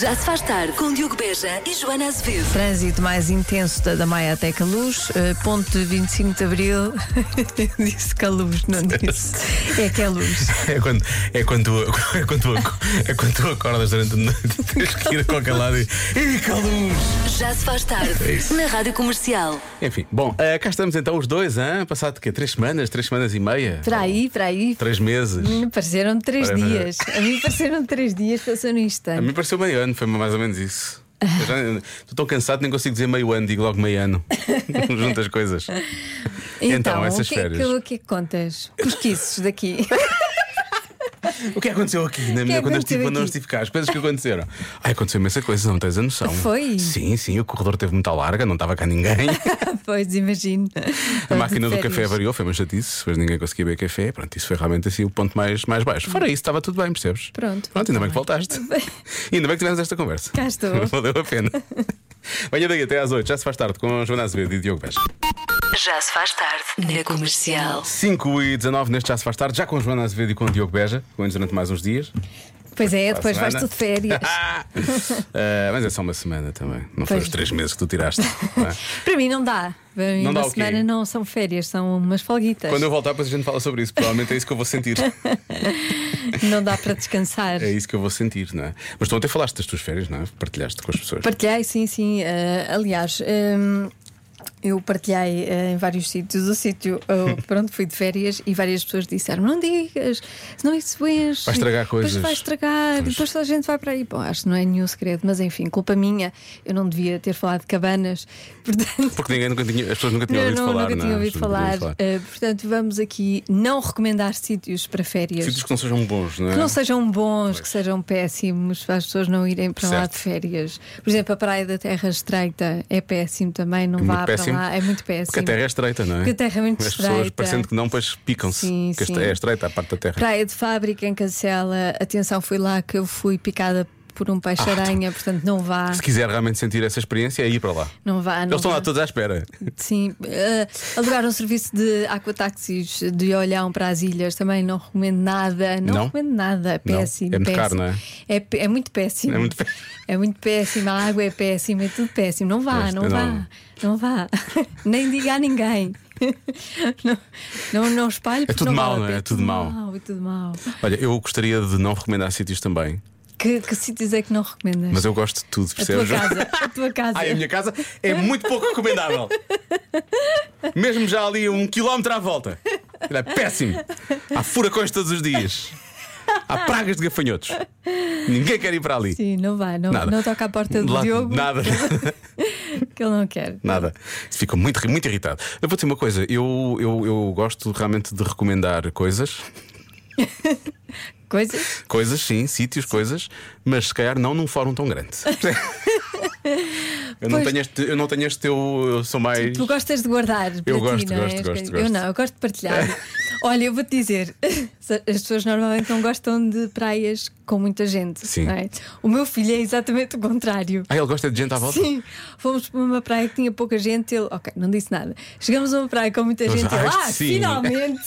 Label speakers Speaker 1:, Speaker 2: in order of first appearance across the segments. Speaker 1: Já se faz tarde com Diogo Beja e Joana Azevedo.
Speaker 2: Trânsito mais intenso da, da Maia até Caluz, eh, ponto de 25 de Abril. disse Caluz, não disse. É que é luz.
Speaker 3: É quando, é, quando tu, é, quando tu, é quando tu acordas durante a noite tens que ir a qualquer lado e. Ih, que luz!
Speaker 1: Já se faz tarde
Speaker 3: É isso.
Speaker 1: na Rádio Comercial.
Speaker 3: Enfim, bom, eh, cá estamos então os dois, hein? passado o quê? Três semanas, três semanas e meia?
Speaker 2: Para aí, para aí.
Speaker 3: Três meses.
Speaker 2: Hum, Pareceram três
Speaker 3: Para aí, para aí.
Speaker 2: dias. A mim pareceram três dias, passou no
Speaker 3: A
Speaker 2: instante.
Speaker 3: mim pareceu meio ano, foi mais ou menos isso. Eu já- eu Estou tão cansado, nem consigo dizer meio ano, digo logo meio ano. Juntas coisas. então, essas
Speaker 2: o que, é que,
Speaker 3: férias.
Speaker 2: o que é que contas? Pesquices daqui.
Speaker 3: O que aconteceu aqui na
Speaker 2: é
Speaker 3: minha
Speaker 2: que
Speaker 3: quando eu
Speaker 2: aconteceu
Speaker 3: estive, quando eu
Speaker 2: aqui?
Speaker 3: estive cá? As coisas que aconteceram. Ai, aconteceu imensa coisa, não tens a noção.
Speaker 2: Foi?
Speaker 3: Sim, sim, o corredor teve muita larga, não estava cá ninguém.
Speaker 2: pois, imagino.
Speaker 3: A máquina do café é variou, foi uma chatice, depois ninguém conseguia beber café. Pronto, isso foi realmente assim o ponto mais, mais baixo. Fora isso, estava tudo bem, percebes?
Speaker 2: Pronto.
Speaker 3: Pronto, ainda bem que voltaste. E ainda bem que tivemos esta conversa.
Speaker 2: Cá estou.
Speaker 3: Valeu a pena. Venha daí até às 8, já se faz tarde com Joana Azevedo e Diogo Beja.
Speaker 1: Já se faz tarde na Comercial.
Speaker 3: 5 e 19 neste já se faz tarde, já com Joana Azevedo e com Diogo Beja, com eles durante mais uns dias.
Speaker 2: Pois é, depois
Speaker 3: Para a
Speaker 2: vais
Speaker 3: semana.
Speaker 2: tu de férias.
Speaker 3: Ah, mas é só uma semana também, não foi
Speaker 2: Pois.
Speaker 3: os três meses que tu tiraste. não é?
Speaker 2: Para mim não dá. Para mim
Speaker 3: Não dá
Speaker 2: uma
Speaker 3: o quê?
Speaker 2: semana não são férias, são umas folguitas.
Speaker 3: Quando eu voltar, depois a gente fala sobre isso. Provavelmente é isso que eu vou sentir.
Speaker 2: Não dá para descansar.
Speaker 3: É isso que eu vou sentir, não é? Mas tu ontem falaste das tuas férias, não é? Partilhaste com as pessoas.
Speaker 2: Partilhei, sim, sim. Eh, aliás, hum, eu partilhei eh, em vários sítios o sítio eh, para onde fui de férias e várias pessoas disseram: não digas, senão isso enche.
Speaker 3: Vai estragar
Speaker 2: depois
Speaker 3: coisas."
Speaker 2: Vai estragar,
Speaker 3: Pois.
Speaker 2: depois toda a gente vai para aí. Bom, acho que não é nenhum segredo, mas enfim, culpa minha. Eu não devia ter falado de cabanas, portanto.
Speaker 3: Porque ninguém nunca tinha, as pessoas nunca tinham
Speaker 2: não,
Speaker 3: ouvido
Speaker 2: não,
Speaker 3: falar,
Speaker 2: nunca
Speaker 3: não é?
Speaker 2: tinha
Speaker 3: As
Speaker 2: ouvido
Speaker 3: pessoas nunca
Speaker 2: falar.
Speaker 3: tinham ouvido
Speaker 2: Eh, portanto, vamos aqui não recomendar sítios para férias.
Speaker 3: Sítios que não sejam bons, não é?
Speaker 2: Que não sejam bons, que sejam péssimos, para as pessoas não irem para lá
Speaker 3: Certo.
Speaker 2: de férias. Por exemplo, a Praia da Terra Estreita é péssimo também, não
Speaker 3: Muito
Speaker 2: vá
Speaker 3: péssimo.
Speaker 2: para lá, é muito péssimo.
Speaker 3: Porque a terra é estreita, não é?
Speaker 2: Porque a terra é muito
Speaker 3: As pessoas,
Speaker 2: estreita.
Speaker 3: parecendo que não, pois picam-se.
Speaker 2: Sim,
Speaker 3: que esta-
Speaker 2: sim.
Speaker 3: é estreita a parte da terra.
Speaker 2: Praia de Fábrica em Cancela, atenção, fui lá que eu fui picada por um peixe-aranha, portanto não vá,
Speaker 3: Ah, Se quiser realmente sentir essa experiência, é ir para lá.
Speaker 2: não vá, não
Speaker 3: Eles estão
Speaker 2: vá.
Speaker 3: lá todos à espera.
Speaker 2: Sim, eh, alugar um serviço de aquataxis de olhão para as ilhas também não recomendo nada. Não,
Speaker 3: Não?
Speaker 2: recomendo nada. É
Speaker 3: Não.
Speaker 2: Péssimo.
Speaker 3: É muito
Speaker 2: péssimo.
Speaker 3: caro, não é?
Speaker 2: É, pe- é muito péssimo.
Speaker 3: É muito pé-
Speaker 2: É muito péssimo. A água é péssima, é tudo péssimo. Não vá,
Speaker 3: Pois,
Speaker 2: não,
Speaker 3: eu
Speaker 2: vá,
Speaker 3: não-
Speaker 2: não vá. Nem diga a ninguém. não, não, não espalhe porque
Speaker 3: tudo mau,
Speaker 2: vale a
Speaker 3: não é?
Speaker 2: pena.
Speaker 3: É tudo mau.
Speaker 2: É tudo mau.
Speaker 3: Olha, eu gostaria de não recomendar sítios também,
Speaker 2: Que, que sítios é que não recomendas?
Speaker 3: mas eu gosto de tudo,
Speaker 2: a tua
Speaker 3: percebes?
Speaker 2: casa. A tua casa.
Speaker 3: Ai, a minha casa é muito pouco recomendável. Mesmo já ali um quilómetro à volta. Aquilo É péssimo. Há furacões todos os dias. Há pragas de gafanhotos. Ninguém quer ir para ali.
Speaker 2: Sim, não vai. Não,
Speaker 3: Nada.
Speaker 2: não toca à porta do
Speaker 3: Lá-
Speaker 2: Diogo
Speaker 3: Nada,
Speaker 2: que ele não quer.
Speaker 3: nada. Fico muito, muito irritado. Eu vou dizer uma coisa: eu, eu, eu gosto realmente de recomendar coisas,
Speaker 2: Coisas.
Speaker 3: coisas, sim, sítios, coisas, mas se calhar não num fórum tão grande. Eu não,
Speaker 2: Pois.
Speaker 3: tenho este, eu não tenho este teu. Eu sou mais.
Speaker 2: Tu gostas de guardar para ti,
Speaker 3: gosto,
Speaker 2: não é? As
Speaker 3: gosto, gosto,
Speaker 2: coisas.
Speaker 3: gosto.
Speaker 2: Eu não, eu gosto de partilhar. Olha, eu vou-te dizer, as pessoas normalmente não gostam de praias com muita gente.
Speaker 3: Sim.
Speaker 2: não é? O meu filho é exatamente o contrário.
Speaker 3: Ah, ele gosta de gente à volta?
Speaker 2: Sim, fomos para uma praia que tinha pouca gente. Ele, ok, não disse nada. Chegamos a uma praia com muita
Speaker 3: Mas
Speaker 2: gente. Ele,
Speaker 3: acho
Speaker 2: ah,
Speaker 3: que sim."
Speaker 2: finalmente!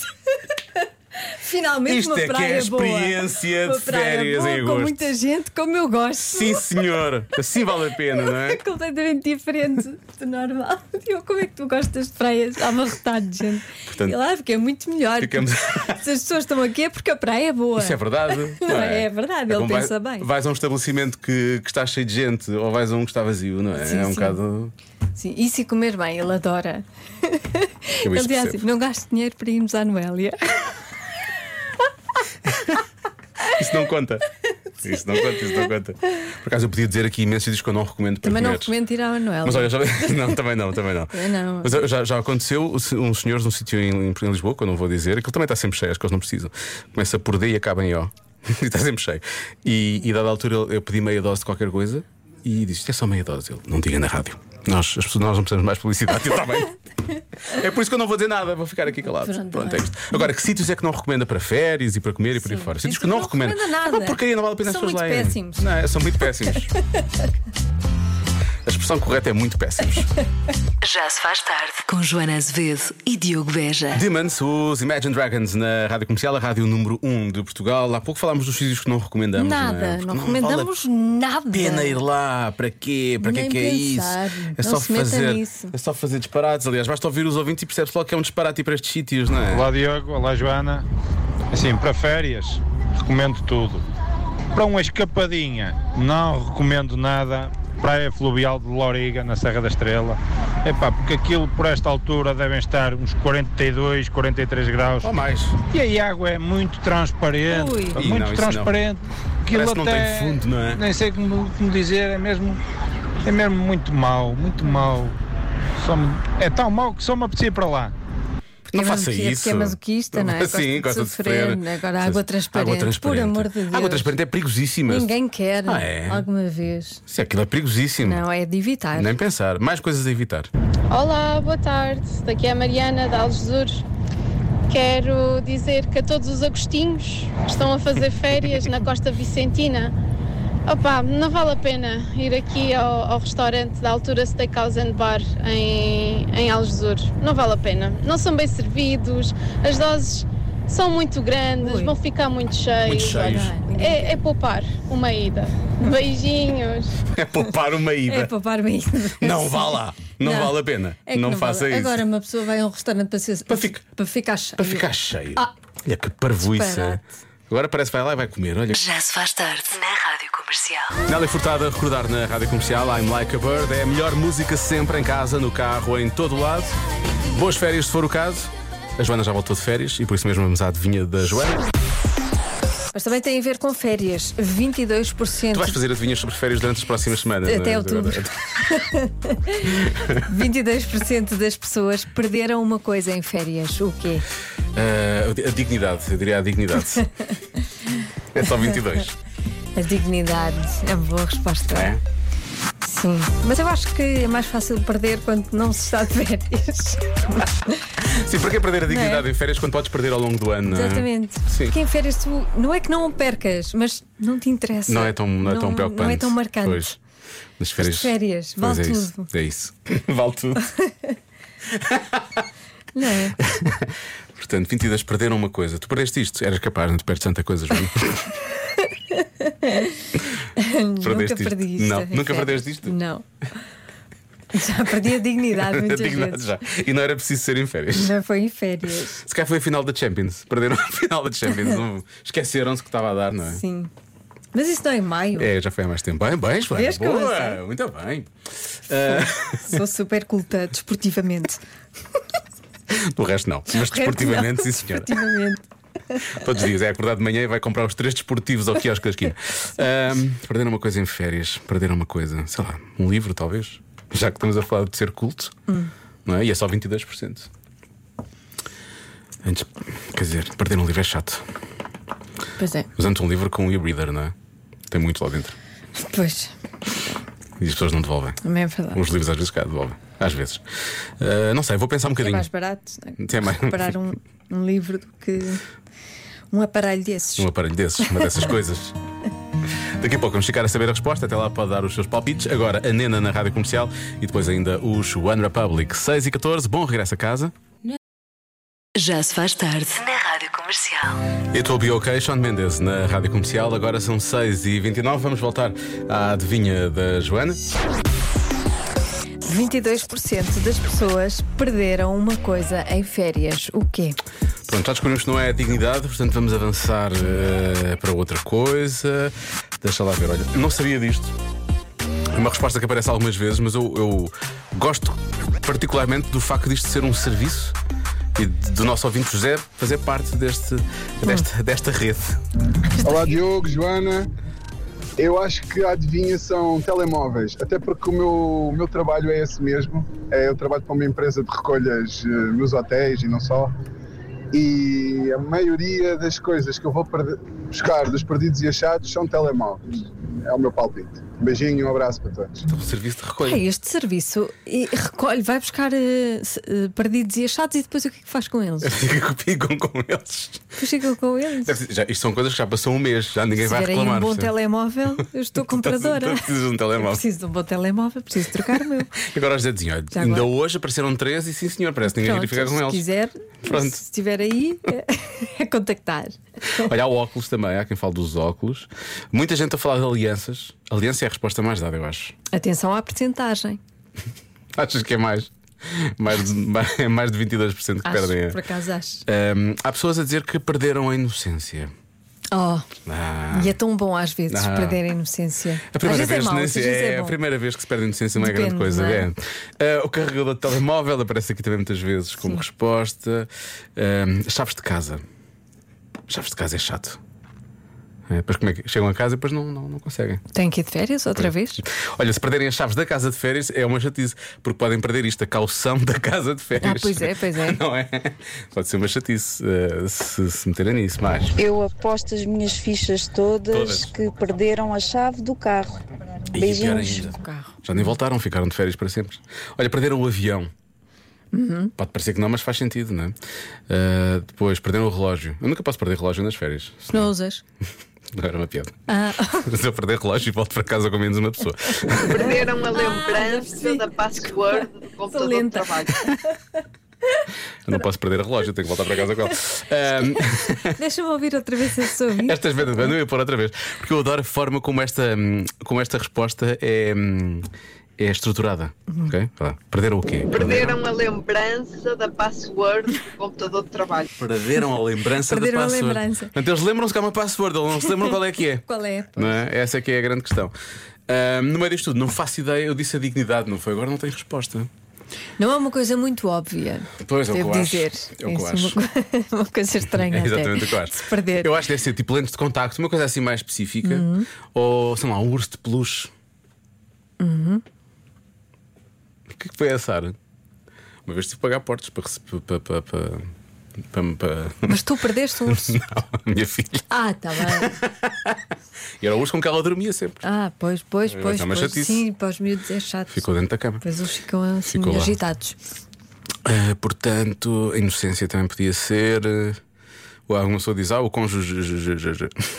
Speaker 2: finalmente
Speaker 3: Isto
Speaker 2: uma
Speaker 3: é que é
Speaker 2: praia boa.
Speaker 3: experiência
Speaker 2: Uma
Speaker 3: de
Speaker 2: praia
Speaker 3: férias
Speaker 2: boa,
Speaker 3: em
Speaker 2: com
Speaker 3: agosto.
Speaker 2: muita gente, como eu gosto.
Speaker 3: Sim, senhor. Assim vale a pena, não
Speaker 2: É
Speaker 3: é?
Speaker 2: completamente diferente do normal. Eu, como é que tu gostas de praias? Há uma retada de gente.
Speaker 3: Portanto,
Speaker 2: e lá porque é muito melhor.
Speaker 3: ficamos-
Speaker 2: Se as pessoas estão aqui é porque a praia é boa.
Speaker 3: Isso é verdade.
Speaker 2: Não é? É verdade, ele
Speaker 3: como
Speaker 2: pensa
Speaker 3: vai-
Speaker 2: bem.
Speaker 3: Vais a um estabelecimento que, que está cheio de gente ou vais a um que está vazio, não é?
Speaker 2: Sim,
Speaker 3: é um
Speaker 2: sim.
Speaker 3: bocado.
Speaker 2: Sim, e se comer bem, ele adora.
Speaker 3: Eu
Speaker 2: ele
Speaker 3: isso
Speaker 2: diz assim:
Speaker 3: percebo.
Speaker 2: não gasto dinheiro para irmos à Noélia.
Speaker 3: Isso não conta. Isso não conta, isso não conta. Por acaso eu podia dizer aqui imensos sítios que eu não recomendo para
Speaker 2: Também não
Speaker 3: comeres.
Speaker 2: recomendo ir à Noélia.
Speaker 3: Mas olha, já... não, também não, também não.
Speaker 2: Também não.
Speaker 3: Mas já, já aconteceu o- uns senhores num sítio em, em Lisboa, que eu não vou dizer, que ele também está sempre cheio, acho que eles não precisam. Começa por D e acaba em O. E está sempre cheio. E, e dada altura eu, eu pedi meia dose de qualquer coisa e disse: Isto é só meia dose. Ele não diga na rádio. Nós, as pessoas, nós não precisamos mais de publicidade, ele está bem. É por isso que eu não vou dizer nada, vou ficar aqui calado.
Speaker 2: Pronto,
Speaker 3: Pronto,
Speaker 2: tá
Speaker 3: é isto. Agora, que sítios é que não recomenda para férias e para comer e por aí fora? Sítios que
Speaker 2: Então
Speaker 3: não,
Speaker 2: não recomenda nada.
Speaker 3: É uma porcaria, não vale a pena
Speaker 2: São
Speaker 3: as pessoas
Speaker 2: muito
Speaker 3: lerem.
Speaker 2: péssimos.
Speaker 3: Não, são muito péssimos. A expressão correta é muito péssimos.
Speaker 1: Já se faz tarde. Com Joana Azevedo e Diogo Beja.
Speaker 3: Demons, os Imagine Dragons na rádio comercial, a rádio número 1 de Portugal. Há pouco falámos dos sítios que não recomendamos. não, é?
Speaker 2: Nada,
Speaker 3: Porque
Speaker 2: não
Speaker 3: vale a
Speaker 2: recomendamos nada.
Speaker 3: pena ir lá, para quê? Para que é
Speaker 2: Nem
Speaker 3: que é isso?
Speaker 2: pensar.
Speaker 3: É
Speaker 2: Não
Speaker 3: só
Speaker 2: se meta
Speaker 3: fazer,
Speaker 2: nisso.
Speaker 3: é só fazer disparates. Aliás, basta ouvir os ouvintes e percebes logo que é um disparate ir para estes sítios, não é?
Speaker 4: Olá Diogo, olá Joana. Assim, para férias, recomendo tudo. Para uma escapadinha, não recomendo nada. Praia Fluvial de Loriga, na Serra da Estrela. Epá, porque aquilo por esta altura devem estar uns 42, 43 graus.
Speaker 3: Ou mais.
Speaker 4: E a água é muito transparente.
Speaker 2: Ui.
Speaker 4: pá,
Speaker 3: Ih,
Speaker 4: Muito
Speaker 3: não, isso não.
Speaker 4: transparente. Aquilo
Speaker 3: Parece que não tem
Speaker 4: até-
Speaker 3: fundo, não é?
Speaker 4: Nem sei como, como dizer, é mesmo, é mesmo muito mau, muito mau. Só me- é tão mau que só me apetecia ir para lá.
Speaker 3: Não
Speaker 2: é
Speaker 3: faça
Speaker 2: masoqui-
Speaker 3: isso.
Speaker 2: porque é masoquista, não é? Gosta
Speaker 3: Sim,
Speaker 2: de
Speaker 3: gosta de
Speaker 2: sofrer. é?
Speaker 3: sofrer.
Speaker 2: Agora, água transparente, por amor de Deus.
Speaker 3: Água transparente é perigosíssima.
Speaker 2: Ninguém quer
Speaker 3: Ah, é?
Speaker 2: alguma vez.
Speaker 3: Isso, aquilo é perigosíssimo.
Speaker 2: Não, é de evitar.
Speaker 3: Nem pensar. Mais coisas a evitar.
Speaker 5: Olá, boa tarde. Daqui é a Mariana da Algesur. Quero dizer que a todos os agostinhos que estão a fazer férias na Costa Vicentina. Opa, não vale a pena ir aqui ao, ao restaurante da altura Steakhouse and Bar em, em Algesur. Não vale a pena. Não são bem servidos, as doses são muito grandes,
Speaker 2: Ui.
Speaker 5: vão ficar muito cheios.
Speaker 3: Muito cheios.
Speaker 5: Olha, É, é poupar uma ida. Beijinhos.
Speaker 3: É poupar uma ida.
Speaker 2: É poupar bem.
Speaker 3: Não vá lá. Não,
Speaker 2: Não.
Speaker 3: vale a pena.
Speaker 2: É que
Speaker 3: não,
Speaker 2: vale.
Speaker 3: faça isso.
Speaker 2: Agora uma pessoa vai a um restaurante para, ser,
Speaker 3: Para ficar-
Speaker 2: para ficar cheio.
Speaker 3: Para ficar cheio.
Speaker 2: Ah.
Speaker 3: Olha que parvoíça.
Speaker 2: Disparate.
Speaker 3: Agora parece que vai lá e vai comer. Olha.
Speaker 1: Já se faz tarde. Na Rádio Comercial.
Speaker 3: Nélia Furtado a é recordar na rádio comercial I'm Like a Bird. É a melhor música sempre em casa, no carro, em todo lado. Boas férias, se for o caso. A Joana já voltou de férias e por isso mesmo vamos à adivinha da Joana.
Speaker 2: Mas também tem a ver com férias. 22%.
Speaker 3: Tu vais fazer adivinhas sobre férias durante as próximas semanas.
Speaker 2: Até
Speaker 3: não é?
Speaker 2: outubro. 22% das pessoas perderam uma coisa em férias. O quê?
Speaker 3: Ah, a dignidade, eu diria a dignidade. é só 22.
Speaker 2: A dignidade. É uma boa resposta.
Speaker 3: É?
Speaker 2: Sim. Mas eu acho que é mais fácil perder quando não se está de férias.
Speaker 3: Sim, para que perder a dignidade
Speaker 2: Não é?
Speaker 3: em férias quando podes perder ao longo do ano? não é?
Speaker 2: Exatamente.
Speaker 3: Sim.
Speaker 2: Porque em férias tu não é que não percas, mas não te interessa.
Speaker 3: Não é tão, não é tão preocupante.
Speaker 2: Não é tão marcante.
Speaker 3: Pois. Nas férias.
Speaker 2: Nas férias,
Speaker 3: Pois
Speaker 2: vale
Speaker 3: é isso,
Speaker 2: tudo.
Speaker 3: é isso. vale tudo.
Speaker 2: Não é?
Speaker 3: Portanto, 22 perderam uma coisa. Tu perdeste isto, eras capaz, não te perdes tanta coisa, Joana. Perdeste
Speaker 2: nunca
Speaker 3: isto?
Speaker 2: perdi isto.
Speaker 3: Não.
Speaker 2: em
Speaker 3: Nunca
Speaker 2: férias.
Speaker 3: perdeste isto?
Speaker 2: Não. Já perdi a dignidade
Speaker 3: A
Speaker 2: muitas
Speaker 3: dignidade
Speaker 2: vezes.
Speaker 3: já. E não era preciso ser em férias.
Speaker 2: Já foi em férias.
Speaker 3: Se calhar foi a final da Champions. Perderam a final da Champions. Não- Esqueceram-se que estava a dar, não é?
Speaker 2: Sim. Mas isso não é em maio.
Speaker 3: É, já foi há mais tempo. Bem, bem, Joana.
Speaker 2: Vês como
Speaker 3: Boa,
Speaker 2: eu sei.
Speaker 3: muito bem. Ah,
Speaker 2: Sou super culta desportivamente.
Speaker 3: do resto, não. Mas desportivamente, sim, senhora.
Speaker 2: Desportivamente.
Speaker 3: Todos os dias é acordar de manhã e vai comprar os três desportivos ao quiosque da esquina. Ahm, perderam uma coisa em férias, perderam uma coisa, sei lá, um livro talvez, já que estamos a falar de ser culto, não é? E é só 22%. Antes, quer dizer, perder um livro é chato,
Speaker 2: Pois é.
Speaker 3: mas antes um livro com um e-reader, não é? Tem muito lá dentro
Speaker 2: Pois.
Speaker 3: e as pessoas não devolvem.
Speaker 2: Também é verdade.
Speaker 3: Os livros às vezes cá devolvem, às vezes. Ah, não sei, vou pensar um
Speaker 2: É
Speaker 3: bocadinho.
Speaker 2: mais barato não é?
Speaker 3: Tem mais-
Speaker 2: comprar um, um livro do que um aparelho desses.
Speaker 3: Um aparelho desses, uma dessas coisas. Daqui a pouco vamos ficar a saber a resposta. Até lá pode dar os seus palpites. Agora a Nena na rádio comercial e depois ainda os One Republic 6 e 14. Bom regresso a casa.
Speaker 1: Já se faz tarde. Na Rádio Comercial.
Speaker 3: It will be ok, Sean Mendes na rádio comercial. Agora são 6 e 29. Vamos voltar à adivinha da Joana.
Speaker 2: 22% das pessoas perderam uma coisa em férias. O quê?
Speaker 3: Pronto, já descobrimos que não é a dignidade, portanto vamos avançar eh, para outra coisa. Deixa lá ver, olha, não sabia disto. É uma resposta que aparece algumas vezes, mas eu, eu gosto particularmente do facto disto ser um serviço e de- do nosso ouvinte José fazer parte deste,
Speaker 2: Hum.
Speaker 3: desta, desta rede.
Speaker 6: Olá Diogo, Joana. Eu acho que a adivinha são telemóveis, até porque o meu, o meu trabalho é esse mesmo. É, eu trabalho para uma empresa de recolhas eh, nos hotéis e não só. E a maioria das coisas que eu vou perde- buscar dos perdidos e achados são telemóveis. É o meu palpite. Beijinho, um abraço para todos.
Speaker 3: Um serviço de
Speaker 2: Ah,
Speaker 3: recolha.
Speaker 2: este serviço e recolhe, vai buscar eh, se- eh, perdidos e achados e depois o que é que faz com eles?
Speaker 3: Ficam com eles.
Speaker 2: Depois fica com eles.
Speaker 3: Deve ser- Já, isto são coisas que já passou um mês, já ninguém
Speaker 2: Se
Speaker 3: vai
Speaker 2: tiver aí
Speaker 3: reclamar.
Speaker 2: um bom
Speaker 3: percebe?
Speaker 2: telemóvel, eu estou compradora.
Speaker 3: Então Precisas de um
Speaker 2: Eu
Speaker 3: telemóvel.
Speaker 2: preciso de um bom telemóvel, preciso trocar o meu.
Speaker 3: Agora os dedos, olha,
Speaker 2: Já
Speaker 3: ainda
Speaker 2: agora.
Speaker 3: hoje apareceram 13 e sim senhor, parece que ninguém
Speaker 2: Pronto,
Speaker 3: queria ficar com
Speaker 2: se
Speaker 3: eles.
Speaker 2: quiser,
Speaker 3: Pronto.
Speaker 2: se estiver aí, é contactar.
Speaker 3: Olha, há óculos também, há quem fala dos óculos. Muita gente a falar de alianças. Aliança é a resposta mais dada, eu acho.
Speaker 2: Atenção à percentagem.
Speaker 3: Achas que é mais? Mais de, é mais de 22% que
Speaker 2: Acho,
Speaker 3: perdem. a-
Speaker 2: por acaso acho.
Speaker 3: Ahm, há pessoas a dizer que perderam a inocência.
Speaker 2: Oh,
Speaker 3: Ah.
Speaker 2: e é tão bom às vezes
Speaker 3: Ah.
Speaker 2: perder a inocência.
Speaker 3: A primeira,
Speaker 2: às vezes
Speaker 3: vez,
Speaker 2: é mau,
Speaker 3: nem
Speaker 2: às
Speaker 3: sei-
Speaker 2: vezes
Speaker 3: é
Speaker 2: é
Speaker 3: a
Speaker 2: bom.
Speaker 3: primeira vez que se perde a inocência não é
Speaker 2: Depende,
Speaker 3: grande coisa.
Speaker 2: não é?
Speaker 3: é. Ah, o carregador de telemóvel aparece aqui também muitas vezes como resposta. Ah, chaves de casa. Chaves de casa é chato. É, depois como é que chegam a casa e depois não, não, não conseguem.
Speaker 2: Tem que ir de férias outra vez?
Speaker 3: Olha, se perderem as chaves da casa de férias é uma chatice, porque podem perder isto, a calção da casa de férias.
Speaker 2: Ah, pois é, pois é.
Speaker 3: Não é? Pode ser uma chatice ah, se, se meterem nisso, mas.
Speaker 7: Eu aposto as minhas fichas todas,
Speaker 3: Todas.
Speaker 7: que perderam a chave do carro.
Speaker 3: Ih,
Speaker 7: Beijinhos.
Speaker 3: pior ainda.
Speaker 2: Carro.
Speaker 3: Já nem voltaram, ficaram de férias para sempre. Olha, perderam o avião.
Speaker 2: Uhum.
Speaker 3: Pode parecer que não, mas faz sentido, não é? Ah, depois, perderam o relógio. Eu nunca posso perder relógio nas férias.
Speaker 2: Não usas?
Speaker 3: Não era uma piada.
Speaker 2: Ah,
Speaker 3: Se eu perder relógio e volto para casa com menos uma pessoa.
Speaker 8: Perderam a
Speaker 2: já percebi.
Speaker 8: lembrança da password do computador de
Speaker 2: lenta.
Speaker 8: trabalho.
Speaker 3: Eu não posso perder a relógio, eu tenho que voltar para casa com ela. Ah,
Speaker 2: Deixa-me ouvir outra vez esse som.
Speaker 3: estas vendas, não ia pôr outra vez. Porque eu adoro a forma como esta, hum, como esta resposta é, hum, é estruturada.
Speaker 2: Uhum.
Speaker 3: Ok? Vá lá. Perderam o quê?
Speaker 8: Perderam a lembrança da password do computador de trabalho.
Speaker 3: Perderam a lembrança
Speaker 2: Perderam a
Speaker 3: da password.
Speaker 2: lembrança.
Speaker 3: Portanto, eles lembram-se que há uma password, eles não se lembram qual é que é.
Speaker 2: Qual é?
Speaker 3: Não é? Essa é que é a grande questão. Ahm, no meio disto tudo, não faço ideia, eu disse a dignidade, não foi? Agora não tenho resposta.
Speaker 2: Não é uma coisa muito óbvia.
Speaker 3: Pois, é o que
Speaker 2: devo
Speaker 3: eu acho.
Speaker 2: dizer.
Speaker 3: É o que eu
Speaker 2: Isso
Speaker 3: acho.
Speaker 2: Uma, co- uma coisa estranha.
Speaker 3: É
Speaker 2: até,
Speaker 3: exatamente o que eu acho.
Speaker 2: de Se perder. Uhum.
Speaker 3: Eu acho que deve ser tipo lentes de contacto, uma coisa assim mais específica, ou sei lá, um urso de peluche.
Speaker 2: Uhum.
Speaker 3: O que é que foi a Sara? Uma vez tive que pagar portos para receber. Para, para, para, para, para-
Speaker 2: Mas tu perdeste um urso.
Speaker 3: Não, a minha filha.
Speaker 2: ah, tá bem.
Speaker 3: E era o urso com que ela dormia sempre.
Speaker 2: Ah, pois, pois,
Speaker 3: Mas
Speaker 2: pois.
Speaker 3: é uma
Speaker 2: pois
Speaker 3: chatice.
Speaker 2: sim, para os miúdos é chato.
Speaker 3: Ficou dentro da cama.
Speaker 2: Pois eles ficam assim
Speaker 3: Ficou lá.
Speaker 2: agitados.
Speaker 3: Ah, portanto, a inocência também podia ser. ah, Ou alguma pessoa diz, ah, o cônjuge.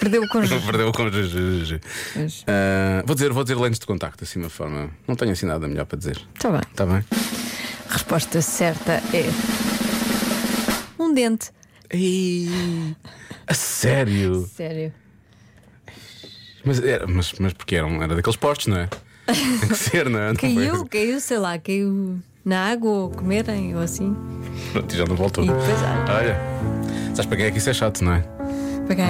Speaker 2: Perdeu o cônjuge.
Speaker 3: Perdeu o cônjuge.
Speaker 2: Pois.
Speaker 3: Ah, vou, dizer, vou dizer lentes de contacto, assim, uma forma. Não tenho assim nada melhor para dizer.
Speaker 2: Está Tá bem.
Speaker 3: Está bem?
Speaker 2: A resposta certa é. Um dente.
Speaker 3: E... A sério?
Speaker 2: Sério.
Speaker 3: Mas, era, mas, mas porque era, um- era daqueles postos, não é? Tem que ser, não é? Não foi-
Speaker 2: Caiu, caiu, sei lá, caiu na água ou comerem ou assim.
Speaker 3: Pronto, e já não voltou.
Speaker 2: E depois, ah,
Speaker 3: Olha, sabes para quem é que isso é chato, não é?
Speaker 2: paguei.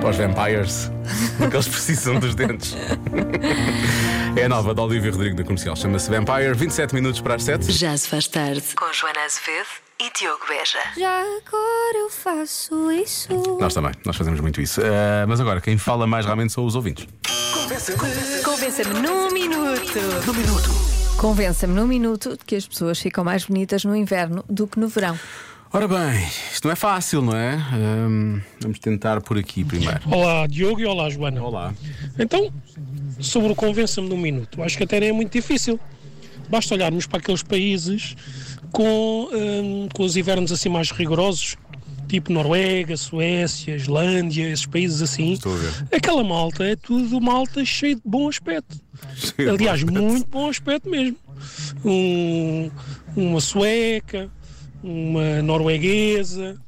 Speaker 3: Para os vampires, porque eles precisam dos dentes. É a nova da Olivia Rodrigo da comercial, chama-se Vampire, 27 minutos para as 7.
Speaker 1: Já se faz tarde com Joana Azevedo e Diogo Beja.
Speaker 9: Já agora eu faço isso.
Speaker 3: Nós também, nós fazemos muito isso. Ah, mas agora, quem fala mais realmente são os ouvintes.
Speaker 2: Convença-me num minuto. Convença-me num minuto de que as pessoas ficam mais bonitas no inverno do que no verão.
Speaker 3: Ora bem, isto não é fácil, não é? Ahm, vamos tentar por aqui primeiro.
Speaker 10: Olá, Diogo e olá, Joana.
Speaker 3: Olá.
Speaker 10: Então, sobre o convença-me num minuto, acho que até nem é muito difícil. Basta olharmos para aqueles países com, hum, com os invernos assim mais rigorosos, tipo Noruega, Suécia, Islândia, esses países assim.
Speaker 3: Estou a ver.
Speaker 10: Aquela malta é tudo malta cheio de bom aspecto. Aliás, muito bom aspecto mesmo. Um- uma sueca, uma norueguesa.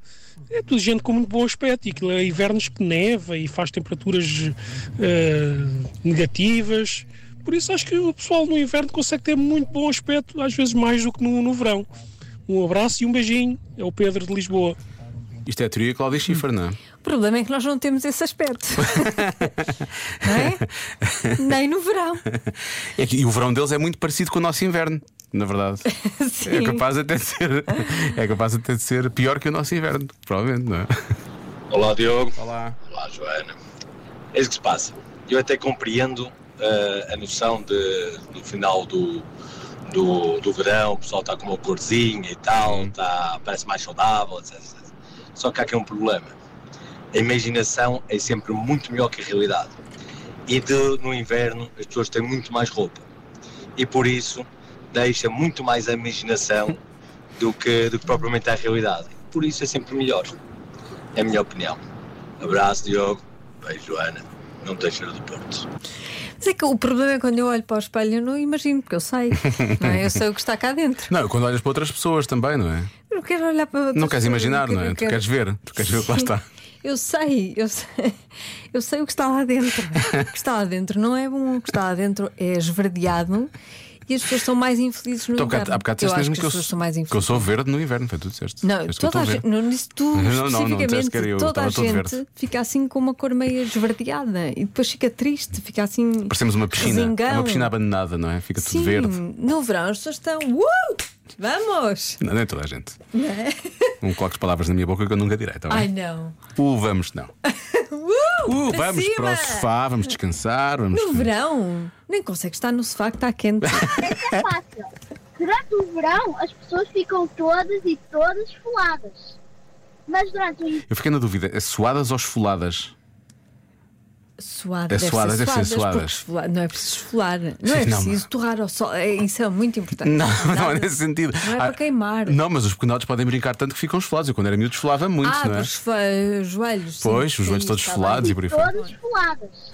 Speaker 10: É tudo gente com muito bom aspecto. E aquilo é invernos que neva e faz temperaturas eh, negativas. Por isso acho que o pessoal no inverno consegue ter muito bom aspecto, às vezes mais do que no, no verão. Um abraço e um beijinho. É o Pedro de Lisboa.
Speaker 3: Isto é a teoria Cláudia Schiffer, não é?
Speaker 2: O problema é que nós não temos esse aspecto. não é? Nem no verão.
Speaker 3: É que- e o verão deles é muito parecido com o nosso inverno, na verdade. É
Speaker 2: Sim.
Speaker 3: capaz até de ser, é capaz até de ser pior que o nosso inverno, provavelmente, não é?
Speaker 11: Olá Diogo,
Speaker 3: Olá.
Speaker 11: olá Joana. É isso que se passa. Eu até compreendo eh, a noção de no final do, do, do verão o pessoal está com uma corzinha e tal, tá, parece mais saudável, etc, etc. Só que há aqui um problema. A imaginação é sempre muito melhor que a realidade. e de, no inverno as pessoas têm muito mais roupa. E por isso deixa muito mais a imaginação do que, do que propriamente a realidade. Por isso é sempre melhor. É a minha opinião. Abraço, Diogo. Beijo, Joana. Não deixa do Porto.
Speaker 2: Mas é que o problema é quando eu olho para o espelho, eu não imagino, porque eu sei. não é? Eu sei o que está cá dentro.
Speaker 3: Não, quando olhas para outras pessoas também, não é?
Speaker 2: Eu não quero olhar para.
Speaker 3: Não queres imaginar, não
Speaker 2: quero-
Speaker 3: é? Tu
Speaker 2: quero-
Speaker 3: queres ver, tu queres ver o que lá está.
Speaker 2: Eu sei, eu sei, eu sei o que está lá dentro. O que está lá dentro não é bom, o que está lá dentro é esverdeado e as pessoas são mais infelizes no
Speaker 3: Tu Então, há
Speaker 2: inverno.
Speaker 3: bocado, há
Speaker 2: eu
Speaker 3: bocado disseste
Speaker 2: acho
Speaker 3: mesmo
Speaker 2: que as pessoas são mais
Speaker 3: eu, que eu
Speaker 2: infelizes.
Speaker 3: sou verde no inverno, foi tu disseste.
Speaker 2: Não,
Speaker 3: Disseste que eu
Speaker 2: toda a
Speaker 3: estou
Speaker 2: gente,
Speaker 3: verde.
Speaker 2: não disse tu
Speaker 3: Não, não, não, disseste que
Speaker 2: especificamente,
Speaker 3: era eu,
Speaker 2: toda a
Speaker 3: estava todo
Speaker 2: gente
Speaker 3: verde.
Speaker 2: fica assim com uma cor meio esverdeada e depois fica triste, fica assim.
Speaker 3: Parecemos uma piscina.
Speaker 2: resingão.
Speaker 3: É uma piscina abandonada, não é? Fica tudo
Speaker 2: Sim,
Speaker 3: verde.
Speaker 2: no verão as pessoas estão. Uh! Vamos!
Speaker 3: Não, nem toda a gente.
Speaker 2: Não é?
Speaker 3: Não coloques palavras na minha boca que eu nunca direi, tá bem?
Speaker 2: Ai não!
Speaker 3: Uh, vamos, não.
Speaker 2: Uh!
Speaker 3: Uh,
Speaker 2: para
Speaker 3: vamos
Speaker 2: cima!
Speaker 3: para o sofá, vamos descansar, vamos.
Speaker 2: No verão, nem consegue estar no sofá que está quente.
Speaker 12: É fácil. Durante o verão, as pessoas ficam todas e todas foladas. Mas durante o
Speaker 3: Eu fiquei na dúvida, é suadas ou esfoladas?
Speaker 2: Suada,
Speaker 3: É
Speaker 2: deve
Speaker 3: suada,
Speaker 2: ser
Speaker 3: deve ser
Speaker 2: suadas, porque
Speaker 3: suadas.
Speaker 2: esfolar- não é preciso esfolar, não é
Speaker 3: Sim, não,
Speaker 2: preciso torrar ao sol, é, isso é muito importante.
Speaker 3: Não, não
Speaker 2: Nada.
Speaker 3: é nesse sentido.
Speaker 2: Não é para queimar.
Speaker 3: Não, mas os pequenotes podem brincar tanto que ficam esfolados. Eu quando era miúdo esfolava muito,
Speaker 2: ah,
Speaker 3: não é?
Speaker 2: para os fe- joelhos. sim,
Speaker 3: Pois, os
Speaker 2: sim,
Speaker 3: joelhos todos
Speaker 2: está bem.
Speaker 3: esfolados e por aí fora.
Speaker 12: todas foladas.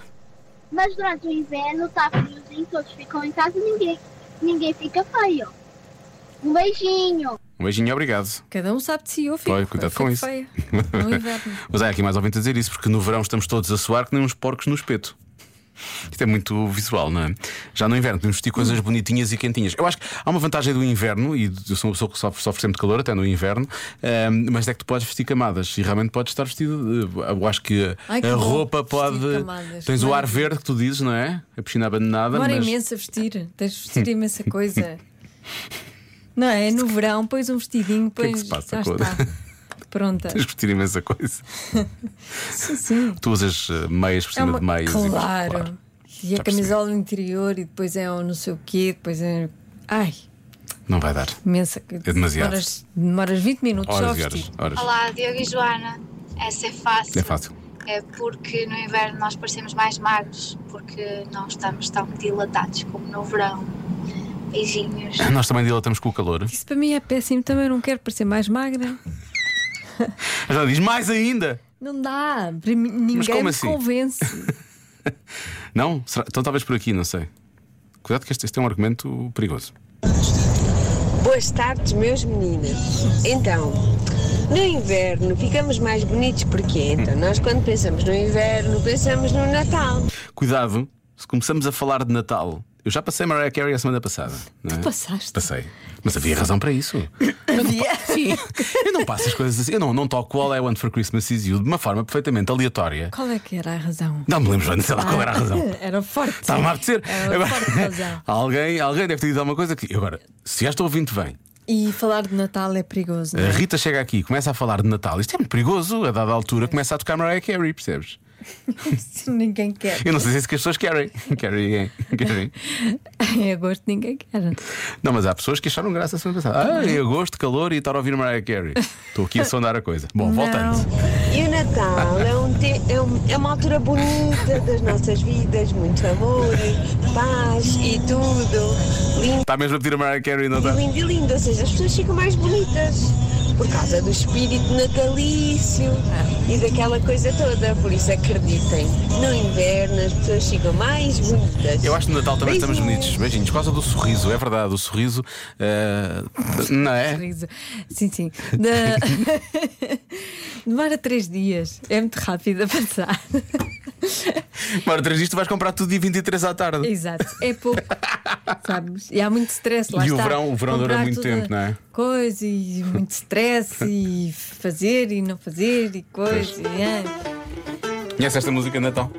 Speaker 12: Mas durante o inverno, está friozinho, todos ficam em casa, ninguém, ninguém fica feio. Um beijinho.
Speaker 3: Um beijinho, obrigado.
Speaker 2: Cada um sabe de si, eu fico.
Speaker 3: Olha, cuidado
Speaker 2: fico
Speaker 3: com isso.
Speaker 2: feia. No inverno.
Speaker 3: Mas há aqui mais ouvinte a dizer isso, porque no verão estamos todos a suar que nem uns porcos no espeto. Isto é muito visual, não é? Já no inverno podemos vestir coisas bonitinhas e quentinhas. Eu acho que há uma vantagem do inverno, e eu sou uma pessoa que sofre, sofre sempre de calor, até no inverno, ehm, mas é que tu podes vestir camadas e realmente podes estar vestido. eh, Eu acho que
Speaker 2: Ai, que
Speaker 3: a
Speaker 2: bom,
Speaker 3: roupa
Speaker 2: vestir
Speaker 3: pode.
Speaker 2: camadas. é?
Speaker 3: Tens o ar verde que tu dizes, não é? A piscina abandonada.
Speaker 2: Demora
Speaker 3: mas...
Speaker 2: imenso a vestir, tens de vestir imensa coisa. Não é? No verão, pões um vestidinho,
Speaker 3: O que é
Speaker 2: pões.
Speaker 3: que se passa,
Speaker 2: já
Speaker 3: Cláudia?
Speaker 2: está. Pronta.
Speaker 3: Tens de vestir imensa coisa.
Speaker 2: Sim, sim.
Speaker 3: Tu usas eh, meias por cima de meias. e-
Speaker 2: É Claro. E
Speaker 3: Já
Speaker 2: a camisola interior, e depois é o não sei o quê, depois é. Ai,
Speaker 3: Não vai dar.
Speaker 2: imensa.
Speaker 3: É demasiado.
Speaker 2: Demoras, demoras 20 minutos só a
Speaker 3: Horas e horas.
Speaker 2: vestir.
Speaker 3: horas.
Speaker 13: Olá, Diogo e Joana. Essa é fácil.
Speaker 3: É fácil.
Speaker 13: É porque no inverno nós parecemos mais magros, porque não estamos tão dilatados como no verão. Beijinhos.
Speaker 3: Nós também dilatamos com o calor.
Speaker 2: Isso para mim é péssimo também, eu não quero parecer mais magra.
Speaker 3: A Joana diz mais ainda.
Speaker 2: Não dá, para mim, ninguém
Speaker 3: como
Speaker 2: me
Speaker 3: assim?
Speaker 2: convence.
Speaker 3: Não? Será- Então talvez por aqui, não sei. Cuidado que este, este é um argumento perigoso.
Speaker 14: Boas tardes, meus meninas. Então, no inverno ficamos mais bonitos porque
Speaker 3: Hum.
Speaker 14: então nós quando pensamos no inverno pensamos no Natal.
Speaker 3: Cuidado, se começamos a falar de Natal. Eu já passei Mariah Carey a semana passada. Não é?
Speaker 2: Tu passaste?
Speaker 3: Passei. Mas havia razão para isso.
Speaker 2: Havia? Sim.
Speaker 3: Eu não passo as coisas assim. Eu não, não toco All I Want for Christmas Is You de uma forma perfeitamente aleatória.
Speaker 2: Qual é que era a razão?
Speaker 3: Não me lembro, Joana, sei lá qual era a razão.
Speaker 2: Era forte.
Speaker 3: Estava-me a apetecer.
Speaker 2: Era É uma
Speaker 3: Agora-
Speaker 2: forte razão.
Speaker 3: alguém, alguém deve ter dito alguma coisa que. Agora, se esta ouvinte vem,
Speaker 2: E falar de Natal é perigoso. não é?
Speaker 3: a Rita chega aqui e começa a falar de Natal, isto é muito perigoso. A dada altura começa a tocar Mariah Carey, percebes?
Speaker 2: Isso ninguém quer.
Speaker 3: Eu não sei se é isso que as pessoas querem. Querem, é, querem.
Speaker 2: Em agosto ninguém quer.
Speaker 3: Não, mas há pessoas que acharam graça a semana passada. Ah, em
Speaker 2: Uhum.
Speaker 3: agosto, calor e estar a ouvir Mariah Carey. Estou aqui a sondar a coisa. Bom, voltando.
Speaker 14: E o Natal é, um te- é um- é uma altura bonita das nossas vidas, muito amor, e paz e tudo. Lindo
Speaker 3: Está mesmo a pedir a Mariah Carey, não está?
Speaker 14: e lindo e lindo, ou seja, as pessoas ficam mais bonitas por causa do espírito natalício e daquela coisa toda. Por isso acreditem, no inverno as pessoas ficam mais bonitas.
Speaker 3: Eu acho que no Natal também estamos
Speaker 14: Beijinhos.
Speaker 3: bonitos. Beijinhos, por causa do sorriso, é verdade. O sorriso. eh, não é?
Speaker 2: Sorriso. Sim, sim. Da- Demora três dias. É muito rápido a passar.
Speaker 3: Para três dias, tu vais comprar tudo dia 23 à tarde.
Speaker 2: Exato. É pouco. sabes? E há muito stress lá
Speaker 3: E o
Speaker 2: está.
Speaker 3: verão- o verão dura
Speaker 2: Comprar
Speaker 3: muito
Speaker 2: toda
Speaker 3: tempo, não é?
Speaker 2: Coisa e muito stress e fazer e não fazer e coisa. E, é.
Speaker 3: Conhece esta música de Natal?